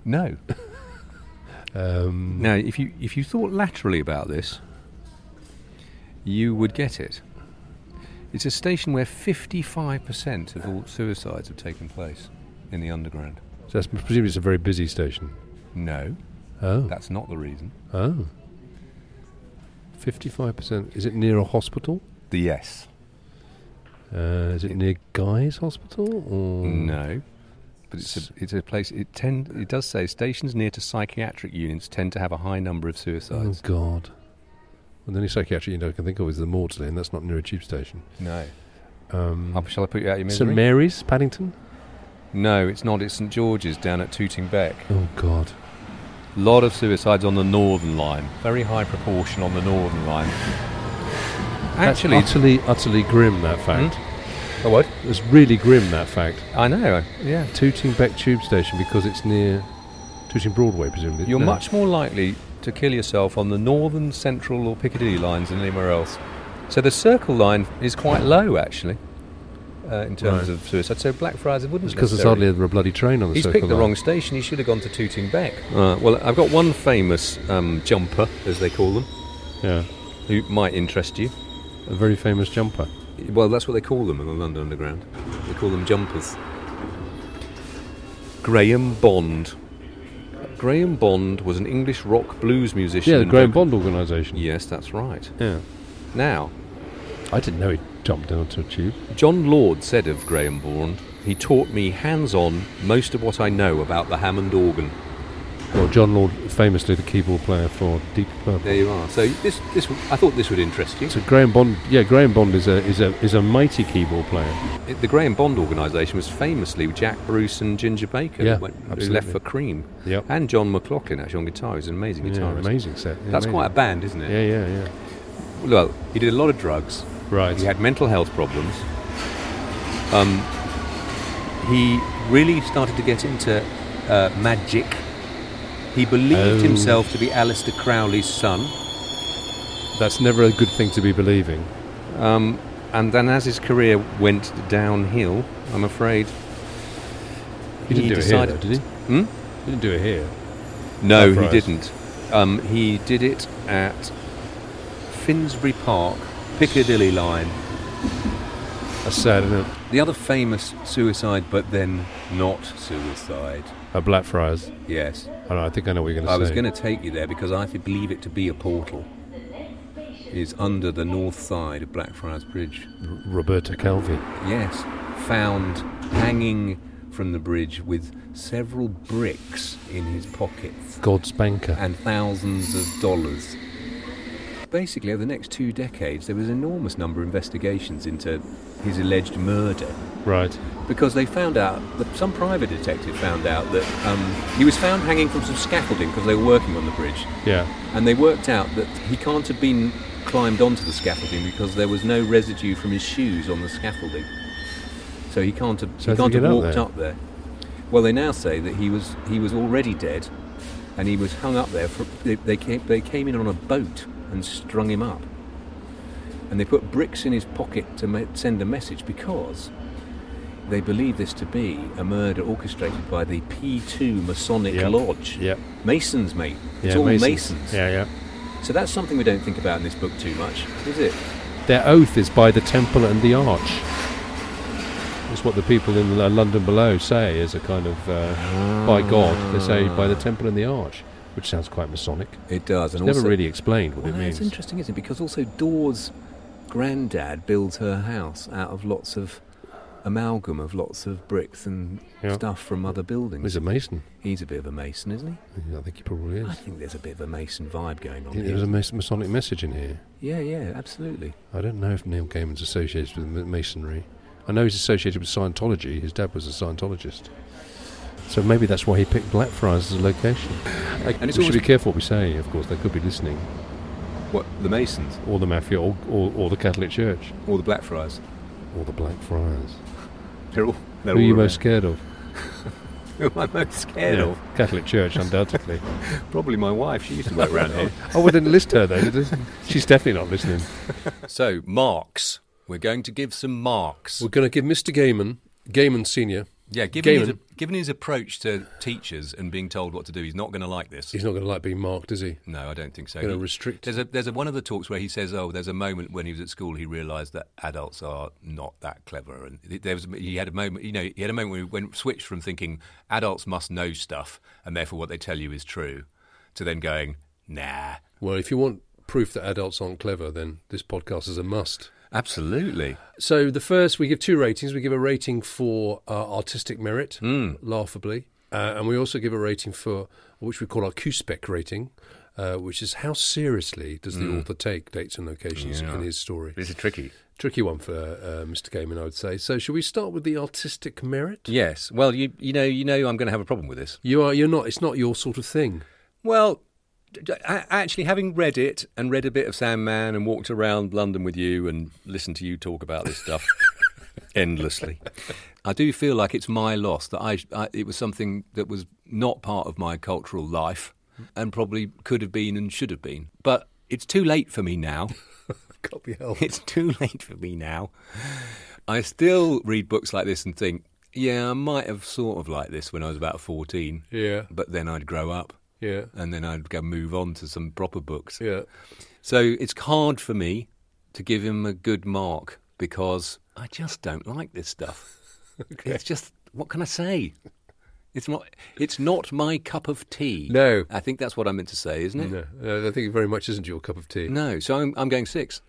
A: No.
B: Um,
A: Now, if you if you thought laterally about this, you would get it. It's a station where 55% of all suicides have taken place in the underground.
B: so that's presumably it's a very busy station.
A: No,
B: Oh.
A: that's not the reason.
B: Oh. 55%. Is it near a hospital?
A: The yes.
B: Uh, is it near Guy's Hospital? Or
A: No. But it's a, it's a place. It tend it does say stations near to psychiatric units tend to have a high number of
B: Oh,
A: suicides.
B: God. Well, the only psychiatric unit I can think of is the Maudsley, and that's not near a tube station.
A: No.
B: Um,
A: Oh, shall I put you out of your
B: St
A: misery?
B: Mary's, Paddington?
A: No, it's not. It's St George's down at Tooting Beck.
B: Oh, God.
A: Lot of suicides on the northern line. Very high proportion on the northern line. Actually,
B: That's utterly, utterly grim, that fact.
A: oh, what?
B: It's really grim, that fact.
A: I know. Yeah.
B: Tooting Beck Tube Station because it's near Tooting Broadway, presumably.
A: You're
B: No.
A: much more likely to kill yourself on the northern, central, or Piccadilly lines than anywhere else. So the Circle line is quite low, actually, uh, in terms
B: Right.
A: of suicide. So Blackfriars wouldn't.
B: It's because there's
A: necessarily-
B: hardly ever a bloody train on the
A: He's
B: circle
A: picked the
B: line.
A: wrong station. He should have gone to Tooting Beck. Uh, well, I've got one famous um, jumper, as they call them,
B: Yeah,
A: who might interest you.
B: a very famous jumper.
A: Well, that's what they call them in the London Underground. They call them jumpers. Graham Bond. Graham Bond was an English rock blues musician.
B: Yeah, the
A: and
B: Graham
A: vocal-
B: Bond organisation.
A: Yes, that's right.
B: Yeah.
A: Now,
B: I didn't know he jumped onto a tube.
A: John Lord said of Graham Bond, he taught me hands on most of what I know about the Hammond organ.
B: Well, John Lord, famously the keyboard player for Deep Purple.
A: There you are. So this, this, I thought this would interest you.
B: So Graham Bond, yeah, Graham Bond is a is a is a mighty keyboard player.
A: It- The Graham Bond organisation was famously Jack Bruce and Ginger Baker,
B: Yeah,
A: who went- who
B: absolutely.
A: left for Cream,
B: Yep.
A: and John McLaughlin actually on guitar. He's an amazing
B: Yeah,
A: guitarist.
B: amazing set. Yeah,
A: That's
B: amazing.
A: quite a band, isn't
B: Yeah,
A: it?
B: yeah, yeah.
A: Well, he did a lot of drugs.
B: Right.
A: He had mental health problems. Um, he really started to get into uh, magic. He believed
B: Oh.
A: himself to be Alistair Crowley's son.
B: That's never a good thing to be believing.
A: Um, and then, as his career went downhill, I'm afraid.
B: He didn't do it here, though,
A: decided-
B: did he?
A: Hmm?
B: He didn't do it here.
A: No, he
B: Surprise.
A: didn't. Um, he did it at Finsbury Park, Piccadilly line.
B: That's sad, isn't it?
A: The other famous suicide, but then not suicide.
B: At Blackfriars.
A: Yes.
B: I, know, I think I know what you're going to
A: I
B: say.
A: was going to take you there because I believe it to be a portal. Is under the north side of Blackfriars Bridge.
B: R- Roberta Calvi.
A: Yes, found hanging from the bridge with several bricks in his pockets
B: God's banker.
A: and thousands of dollars. Basically, over the next two decades, there was an enormous number of investigations into his alleged murder
B: right.
A: because they found out that some private detective found out that um, he was found hanging from some scaffolding because they were working on the bridge.
B: Yeah.
A: And they worked out that he can't have been climbed onto the scaffolding because there was no residue from his shoes on the scaffolding. So he can't have,
B: So
A: he
B: how
A: can't
B: did he
A: have
B: get up
A: walked
B: there?
A: up there. Well, they now say that he was he was already dead, and he was hung up there. For, they, they came they came in on a boat and strung him up, and they put bricks in his pocket to ma- send a message because they believe this to be a murder orchestrated by the P2 Masonic
B: Yep.
A: Lodge.
B: Yep.
A: Masons, mate. It's
B: yeah,
A: all
B: Masons.
A: Masons.
B: Yeah, yeah.
A: So that's something we don't think about in this book too much, is it?
B: Their oath is by the temple and the arch. It's what the people in uh, London below say is a kind of uh, by God. They say by the temple and the arch, which sounds quite Masonic.
A: It does.
B: It's never really explained what
A: well,
B: it
A: no,
B: means.
A: It's interesting, isn't it? Because also Dawes' granddad built her house out of lots of amalgam of lots of bricks and
B: Yeah.
A: stuff from other buildings.
B: He's a Mason.
A: He's a bit of a mason, isn't he?
B: Yeah, I think he probably is.
A: I think there's a bit of a mason vibe going on.
B: Think
A: here.
B: There's a Mas- Masonic message in here.
A: yeah, yeah, absolutely.
B: I don't know if Neil Gaiman's associated with Ma- Masonry. I know he's associated with Scientology. His dad was a Scientologist. So maybe that's why he picked Blackfriars as a location.
A: And it's
B: we should
A: always-
B: be careful what we say, of course. They could be listening.
A: What the masons
B: Or the Mafia, or, or, or the Catholic Church,
A: or the Blackfriars?
B: or the Blackfriars.
A: They're all. They're
B: Who are
A: all
B: you
A: around.
B: most scared of?
A: Who am I most scared
B: Yeah,
A: of?
B: Catholic Church, undoubtedly.
A: Probably my wife. She used to work around here.
B: oh, we didn't list her, though, did we? She's definitely not listening.
A: So marks. We're going to give some marks.
B: We're going to give Mr. Gaiman, Gaiman Sr.,
A: Yeah, given his,
B: Gaiman.
A: given his approach to teachers and being told what to do, he's not going to like this.
B: he's not going to like being marked, is he?
A: no, I don't think so.
B: Gonna
A: He-
B: restrict-
A: There's a there's a, one of the talks where he says, "Oh, there's a moment when he was at school, he realised that adults are not that clever." And it- there was he had a moment, you know, he had a moment when he went, switched from thinking adults must know stuff and therefore what they tell you is true, to then going, "Nah,
B: Well, if you want proof that adults aren't clever, then this podcast is a must.
A: absolutely."
B: So the first, we give two ratings. We give a rating for uh, artistic merit,
A: Hmm.
B: laughably, uh, and we also give a rating for which we call our QSPEC rating, uh, which is how seriously does the author take dates and locations in his story.
A: Hmm. This is tricky.
B: Tricky one for uh, Mr. Gaiman, I would say. So, shall we start with the artistic merit?
A: Yes. Well, you you know you know I'm going to have a problem with this.
B: You are you're not. It's not your sort of thing.
A: Well, d- d- a- actually, having read it and read a bit of Sandman and walked around London with you and listened to you talk about this stuff endlessly, I do feel like it's my loss that I, I it was something that was not part of my cultural life and probably could have been and should have been. But it's too late for me now.
B: Can't be helped.
A: It's too late for me now. I still read books like this and think, yeah, I might have sort of liked this when I was about 14,
B: Yeah.
A: but then I'd grow up
B: Yeah.
A: and then I'd go move on to some proper books.
B: Yeah.
A: So it's hard for me to give him a good mark because I just don't like this stuff. It's just what can I say? It's not it's not my cup of tea.
B: No.
A: I think that's what I meant to say, isn't it?
B: No, no, I think it very much isn't your cup of tea.
A: No, so I'm I'm going 6.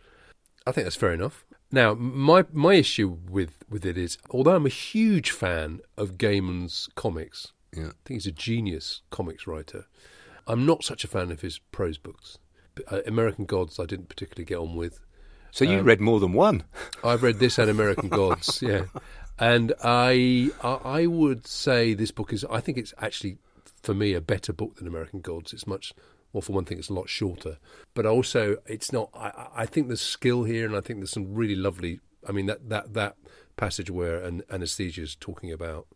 B: I think that's fair enough. Now, my my issue with with it is, although I'm a huge fan of Gaiman's comics,
A: Yeah.
B: I think he's a genius comics writer. I'm not such a fan of his prose books. But, uh, American Gods, I didn't particularly get on with.
A: So you read more than one.
B: I've read this and American Gods, yeah, and I, I I would say this book is. I think it's actually for me a better book than American Gods. It's much well, for one thing, it's a lot shorter, but also it's not. I, I- I think there's skill here, and I think there's some really lovely. I mean that that that passage where an anesthesia is talking about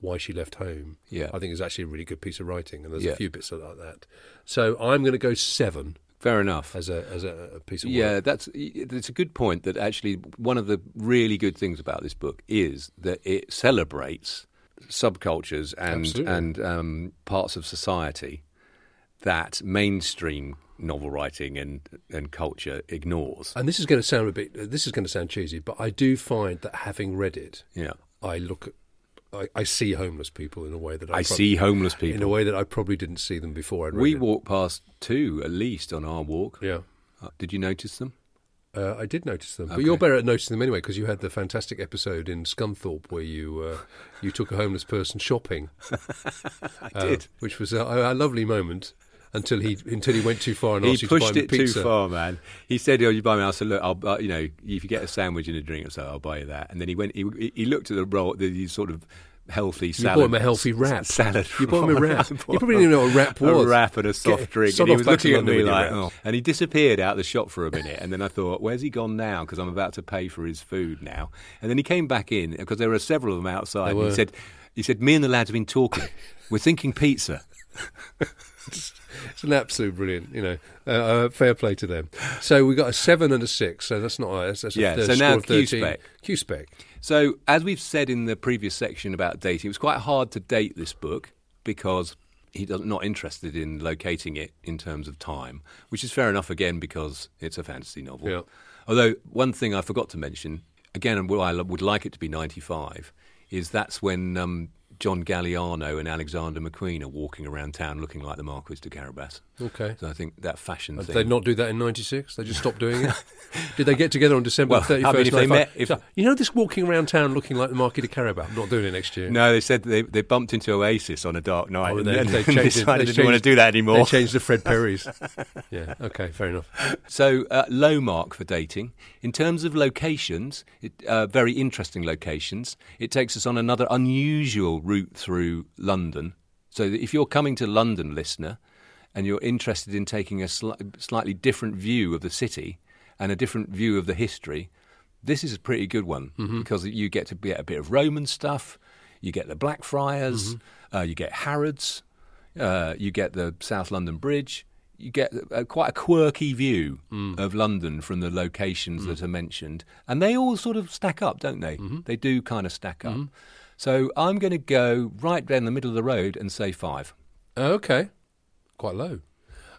B: why she left home.
A: Yeah.
B: I think is actually a really good piece of writing, and there's
A: Yeah.
B: a few bits like that. So I'm going to go seven
A: Fair enough.
B: as a as a, a piece of
A: Yeah,
B: work.
A: that's it's a good point. That actually one of the really good things about this book is that it celebrates subcultures and
B: Absolutely.
A: and um, parts of society that mainstream novel writing and and culture ignores.
B: And this is going to sound a bit. This is going to sound cheesy, but I do find that having read it,
A: Yeah,
B: I look, at, I, I see homeless people in a way that I,
A: I
B: prob-
A: see homeless people.
B: in a way that I probably didn't see them before. I'd read
A: we
B: it.
A: walk past two at least on our walk.
B: Yeah,
A: Uh, Did you notice them?
B: uh, I did notice them, but
A: Okay.
B: you're better at noticing them anyway because you had the fantastic episode in Scunthorpe where you uh, you took a homeless person shopping.
A: I
B: uh, which was a, a lovely moment until he until he went too far and
A: He
B: asked you to buy
A: pushed
B: him a
A: it
B: pizza.
A: too far, man. He said, "Oh, you buy me?" I said, "Look, I'll, buy you know, if you get a sandwich and a drink or so, I'll buy you that." And then he went. He, he looked at the roll, the, the sort of healthy
B: You
A: salad.
B: bought him a healthy
A: s-
B: wrap.
A: salad.
B: You bought him a
A: roll.
B: wrap.
A: I
B: You
A: bought
B: probably
A: him
B: didn't know what wrap was.
A: A wrap and a soft
B: Get-
A: drink.
B: sod
A: And he
B: off
A: was
B: back to
A: looking at
B: London
A: me
B: with your
A: like,
B: wrap.
A: "Oh." and he disappeared out the shop for a minute. And then I thought, "Where's he gone now?" Because I'm about to pay for his food now. And then he came back in because there were several of them outside.
B: There
A: and
B: were.
A: he said, "He said me and the lads have been talking. We're thinking pizza."
B: It's an absolute brilliant, you know. Uh, uh, fair play to them. So we got a seven and a six. So that's not that's, that's
A: Yeah,
B: a third
A: so now
B: score of thirteen.
A: Q-spec.
B: Q-spec.
A: So, as we've said in the previous section about dating, it was quite hard to date this book because he's not interested in locating it in terms of time, which is fair enough again because it's a fantasy novel.
B: Yeah.
A: Although, one thing I forgot to mention, again, and I would like it to be 95, is that's when um, John Galliano and Alexander McQueen are walking around town looking like the Marquis de Carabas.
B: Okay.
A: So, I think that fashion
B: Did
A: thing.
B: they not do that in '96? They just stopped doing it. Did they get together on December
A: Well, I mean,
B: thirty-first?
A: if they met- if-
B: you know this walking around town looking like the Marquis de Carabao. I'm not doing it next year.
A: No, they said they, they bumped into Oasis on a dark night
B: Oh,
A: and
B: they-
A: then they,
B: they changed it-
A: decided
B: they
A: they didn't want
B: changed-
A: to do that anymore.
B: They changed to Fred Perry's. yeah. Okay. Fair enough.
A: So uh, low mark for dating. In terms of locations, it, uh, very interesting locations. It takes us on another unusual route through London. So that if you're coming to London, listener, and you're interested in taking a sli- slightly different view of the city and a different view of the history, this is a pretty good one because you get to get a bit of Roman stuff, you get the Blackfriars, uh, you get Harrods, uh, you get the South London Bridge. You get a, quite a quirky view of London from the locations that are mentioned, and they all sort of stack up, don't they? They do kind of stack up. So I'm going to go right down the middle of the road and say five.
B: Uh, Okay. Quite low.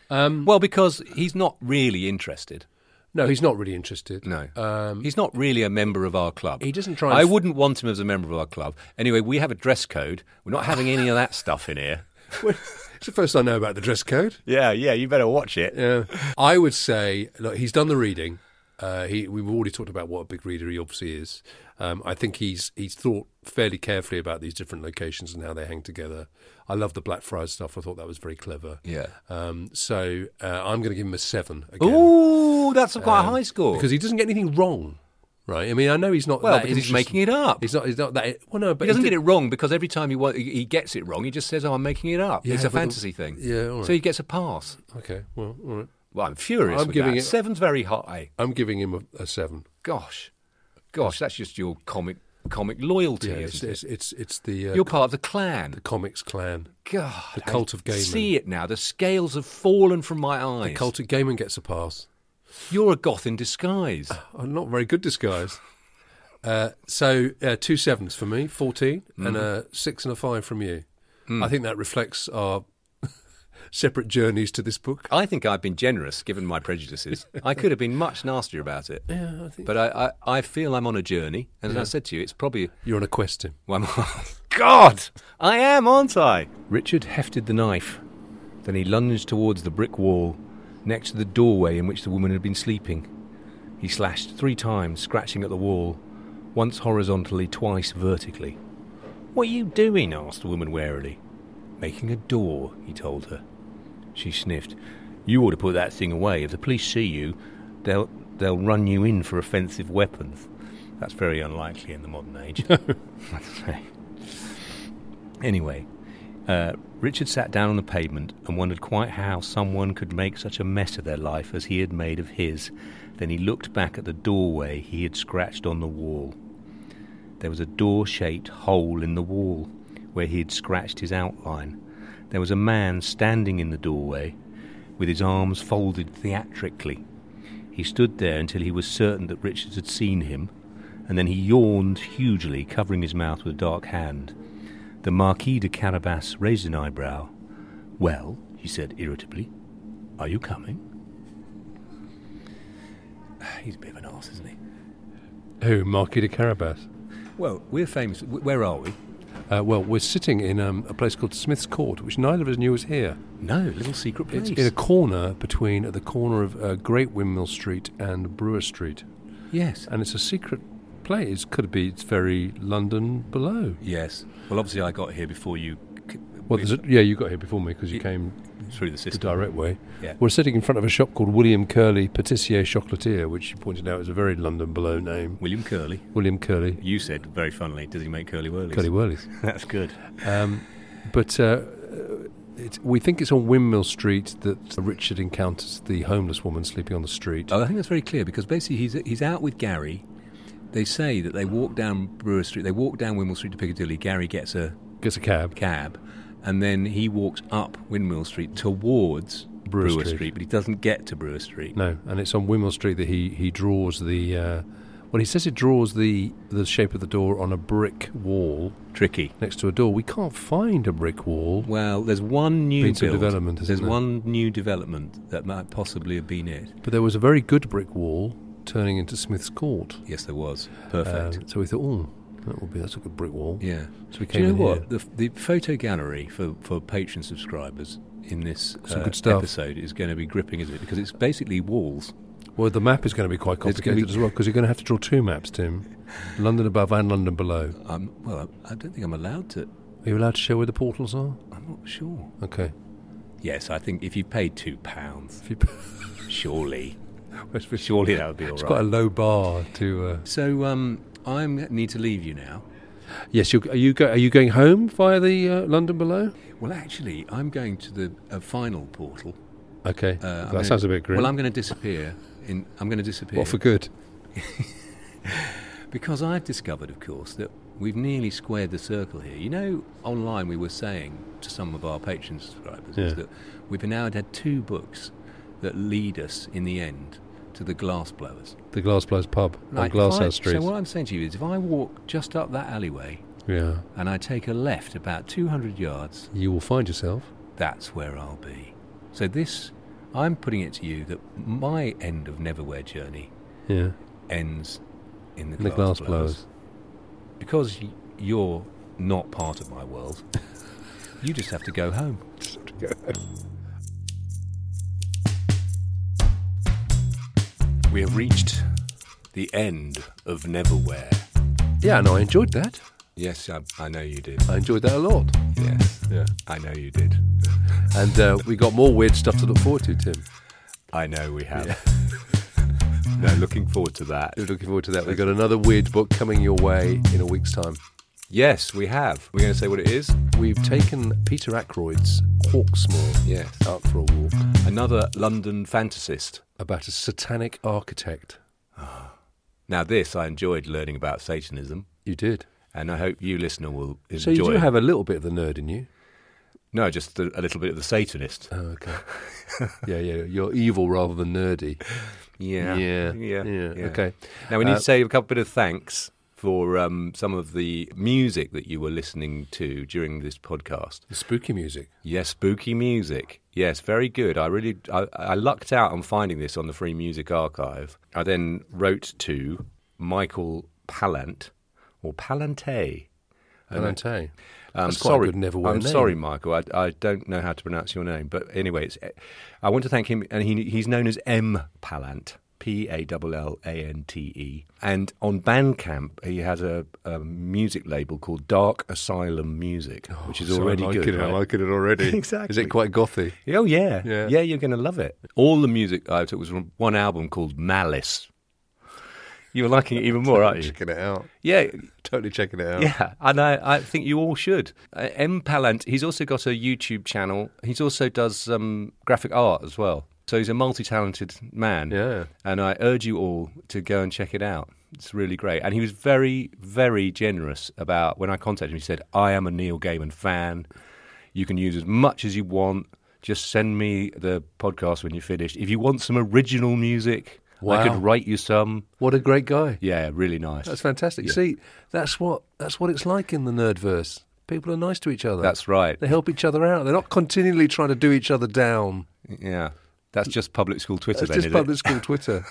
A: Well, because he's not really interested.
B: No, he's not really interested.
A: No,
B: Um,
A: he's not really a member of our club.
B: He doesn't try and
A: I
B: f-
A: wouldn't want him as a member of our club. Anyway, we have a dress code. We're not having any of that stuff in here.
B: it's the first I know about the dress code.
A: Yeah, yeah, you better watch it.
B: Yeah. I would say, look, he's done the reading. Uh, he, we've already talked about what a big reader he obviously is. Um, I think he's he's thought fairly carefully about these different locations and how they hang together. I love the Blackfriars stuff. I thought that was very clever.
A: Yeah.
B: Um, so uh, I'm going to give him a seven again
A: Ooh, that's a quite a high score.
B: because he doesn't get anything wrong. right? I mean, I know he's not.
A: Well,
B: that
A: because he's
B: interest-
A: making it up.
B: He's not. He's not that. Well, no, but
A: he doesn't
B: did-
A: get it wrong because every time he, wa- he he gets it wrong, he just says, "Oh, I'm making it up."
B: Yeah,
A: it's a
B: but the-
A: fantasy thing.
B: yeah, all right.
A: So he gets a pass.
B: Okay, well, all right.
A: Well, I'm furious.
B: I'm
A: with
B: giving
A: that.
B: it-
A: seven's very high.
B: I'm giving him a, a seven.
A: Gosh, gosh, that's just your comic comic loyalty.
B: Yeah,
A: isn't
B: it's,
A: it?
B: it's it's it's the uh,
A: You're part of the clan.
B: the comics clan.
A: God,
B: the cult of
A: I
B: Gaiman.
A: See it now. The scales have fallen from my eyes.
B: The cult of Gaiman gets a pass.
A: You're a goth in disguise.
B: i not very good disguise. Uh, so uh, two sevens for me, 14 and a six and a five from you. I think that reflects our separate journeys to this book.
A: I think I've been generous given my prejudices. I could have been much nastier about it.
B: Yeah, I think
A: But I, I, I feel I'm on a journey. And as I said to you, it's probably
B: you're on a quest, Tim.
A: One more. God! I am, aren't I? Richard hefted the knife. Then he lunged towards the brick wall next to the doorway in which the woman had been sleeping. He slashed three times, scratching at the wall, once horizontally, twice vertically. What are you doing? asked the woman warily. Making a door, he told her. She sniffed. You ought to put that thing away. If the police see you, they'll they'll run you in for offensive weapons. That's very unlikely in the modern age. I'd say. Anyway, uh, Richard sat down on the pavement and wondered quite how someone could make such a mess of their life as he had made of his. Then he looked back at the doorway he had scratched on the wall. There was a door shaped hole in the wall where he had scratched his outline. There was a man standing in the doorway with his arms folded theatrically. He stood there until he was certain that Richard had seen him, and then he yawned hugely, covering his mouth with a dark hand. The Marquis de Carabas raised an eyebrow. Well, he said irritably, are you coming? He's a bit of an arse, isn't he?
B: Who Marquis de Carabas?
A: Well, we're famous. W- Where are we?
B: Uh, well, we're sitting in um, a place called Smith's Court, which neither of us knew was here.
A: No, little secret place.
B: It's in a corner between at the corner of uh, Great Windmill Street and Brewer Street,
A: yes.
B: and it's a secret place. Could be it's very London below.
A: Yes. Well, obviously, I got here before you. c-
B: Well, there's a, yeah, you got here before me because you
A: Y-
B: came
A: through the
B: the
A: system.
B: direct way.
A: Yeah.
B: We're sitting in front of a shop called William Curley Patissier Chocolatier, which you pointed out is a very London below name.
A: William Curley.
B: William Curley,
A: You said very funnily, does he make curly whirlies?
B: Curley Whirlies.
A: That's good.
B: Um, but uh, it, we think it's on Windmill Street that Richard encounters the homeless woman sleeping on the street.
A: Oh, I think that's very clear because basically he's he's out with Gary. They say that they walk down Brewer Street. They walk down Windmill Street to Piccadilly. Gary gets a
B: Gets a cab.
A: cab, and then he walks up Windmill Street towards
B: Brewer
A: Brewer,
B: Street.
A: Street. but he doesn't get to Brewer Street.
B: No, and it's on Windmill Street that he, he draws the. Uh, well, he says he draws the, the shape of the door on a brick wall
A: Tricky.
B: next to a door. We can't find a brick wall.
A: Well, there's one new
B: Been some
A: build.
B: development, isn't
A: There's
B: there?
A: one new development that might possibly have been it.
B: But there was a very good brick wall turning into Smith's Court.
A: Yes, there was. Perfect.
B: Um, so we thought, oh, that will be that's a good brick wall.
A: Yeah.
B: So we
A: Do
B: came
A: you know
B: in
A: what?
B: here.
A: The, the photo gallery for, for patron subscribers in this
B: Some
A: uh,
B: good stuff.
A: episode is going to be gripping, isn't it? Because it's basically walls.
B: Well, the map is going to be quite
A: It's gonna
B: complicated
A: be-
B: as well because you're going to have to draw two maps, Tim. London above and London below.
A: Um, well, I, I don't think I'm allowed to.
B: Are you allowed to show where the portals are?
A: I'm not sure.
B: Okay.
A: Yes, I think if you paid two pounds,
B: If you-
A: surely, surely that would be all
B: it's
A: right.
B: quite a low bar to. Uh,
A: so um, I need to leave you now.
B: yes, you're, are you go, are you going home via the uh, London below?
A: Well, actually, I'm going to the uh, final portal.
B: Okay,
A: Uh, I'm
B: that
A: gonna-
B: sounds a bit grim.
A: Well, I'm going to disappear. In I'm going to disappear.
B: what for good?
A: Because I've discovered, of course, that we've nearly squared the circle here. You know, online we were saying to some of our Patreon subscribers is
B: Yeah.
A: that we've now had two books that lead us in the end to the glass blowers.
B: The Glassblowers pub
A: Like, if
B: on
A: I-
B: Glasshouse Street.
A: So what I'm saying to you is if I walk just up that alleyway
B: yeah,
A: and I take a left about 200 yards,
B: you will find yourself.
A: that's where I'll be. So this, I'm putting it to you that my end of Neverwhere journey
B: Yeah,
A: ends in the,
B: in the
A: glass
B: Glassblowers.
A: blowers. because y- you're not part of my world, you just have to go home. We have reached the end of Neverwhere.
B: Yeah, and I enjoyed that.
A: Yes, I, I know you did.
B: I enjoyed that a lot.
A: Yes,
B: Yeah,
A: I know you did.
B: and uh, we got more weird stuff to look forward to, Tim.
A: I know we have. No, looking forward to that.
B: We're looking forward to that. We've got another weird book coming your way in a week's time.
A: Yes, we have. We're going to say what it is.
B: We've taken Peter Ackroyd's Hawksmoor
A: Yes.
B: out for a walk
A: Another London fantasist.
B: about a satanic architect.
A: Now, this I enjoyed learning about Satanism,
B: You did.
A: and I hope you, listener, will enjoy.
B: So you do
A: it.
B: have a little bit of the nerd in you.
A: no, just a, a little bit of the Satanist.
B: Oh, okay. yeah, yeah. You're evil rather than nerdy.
A: Yeah.
B: Yeah.
A: Yeah.
B: Yeah. Okay.
A: Now we need
B: Uh,
A: to say a couple bit of thanks for um, some of the music that you were listening to during this podcast.
B: The spooky music.
A: Yes, spooky music. Yes, very good. I really I, I lucked out on finding this on the Free Music Archive. I then wrote to Michael Pallant or Palante.
B: And I tell you,
A: I'm
B: That's quite a
A: sorry,
B: good never wear
A: I'm
B: name.
A: sorry, Michael. I, I don't know how to pronounce your name, but anyway, it's, I want to thank him, and he, he's known as M Pallant, P A L L A N T E. And on Bandcamp, he has a, a music label called Dark Asylum Music, which is
B: Oh, so
A: already
B: I like
A: good.
B: It, I
A: right?
B: like it already.
A: Exactly.
B: Is it quite gothy?
A: Oh yeah.
B: Yeah.
A: yeah, You're going to love it. All the music I took was from one album called Malice. You're liking it even more, aren't you?
B: Checking it out.
A: Yeah,
B: Totally checking it out.
A: yeah. And I, I think you all should. Uh, M Palant. He's also got a YouTube channel. He's also does um, graphic art as well. So he's a multi-talented man.
B: Yeah.
A: And I urge you all to go and check it out. It's really great. And he was very, very generous about when I contacted him. He said, "I am a Neil Gaiman fan. You can use as much as you want. Just send me the podcast when you're finished. If you want some original music, I
B: Wow.
A: could write you some."
B: What a great guy.
A: Yeah, really nice.
B: That's fantastic.
A: Yeah.
B: See, that's what that's what it's like in the nerdverse. People are nice to each other.
A: That's right.
B: They help each other out. They're not continually trying to do each other down.
A: Yeah. That's just public school Twitter
B: It's
A: then,
B: just
A: is
B: public
A: it?
B: school Twitter.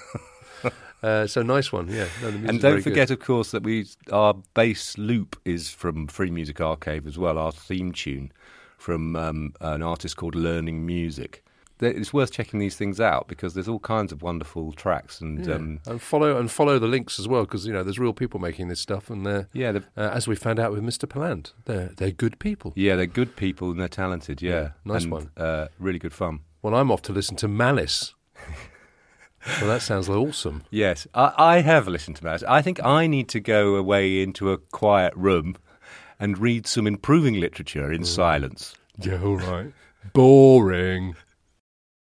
B: uh, so nice one. Yeah. No, the music's
A: And
B: very
A: don't
B: good.
A: forget, of course, that we our bass loop is from Free Music Archive as well. Our theme tune from um, an artist called Learning Music. Th- It's worth checking these things out because there's all kinds of wonderful tracks and yeah, um,
B: and follow and follow the links as well because you know there's real people making this stuff and they're
A: yeah, they're,
B: uh, as we found out with Mr. Paland they're they're good people.
A: yeah, they're good people and they're talented. Yeah,
B: Yeah, nice
A: And,
B: one.
A: Uh, really good fun.
B: Well, I'm off to listen to Malice. well, that sounds awesome.
A: Yes, I, I have listened to that. I think I need to go away into a quiet room and read some improving literature in silence.
B: Yeah, all right. Boring.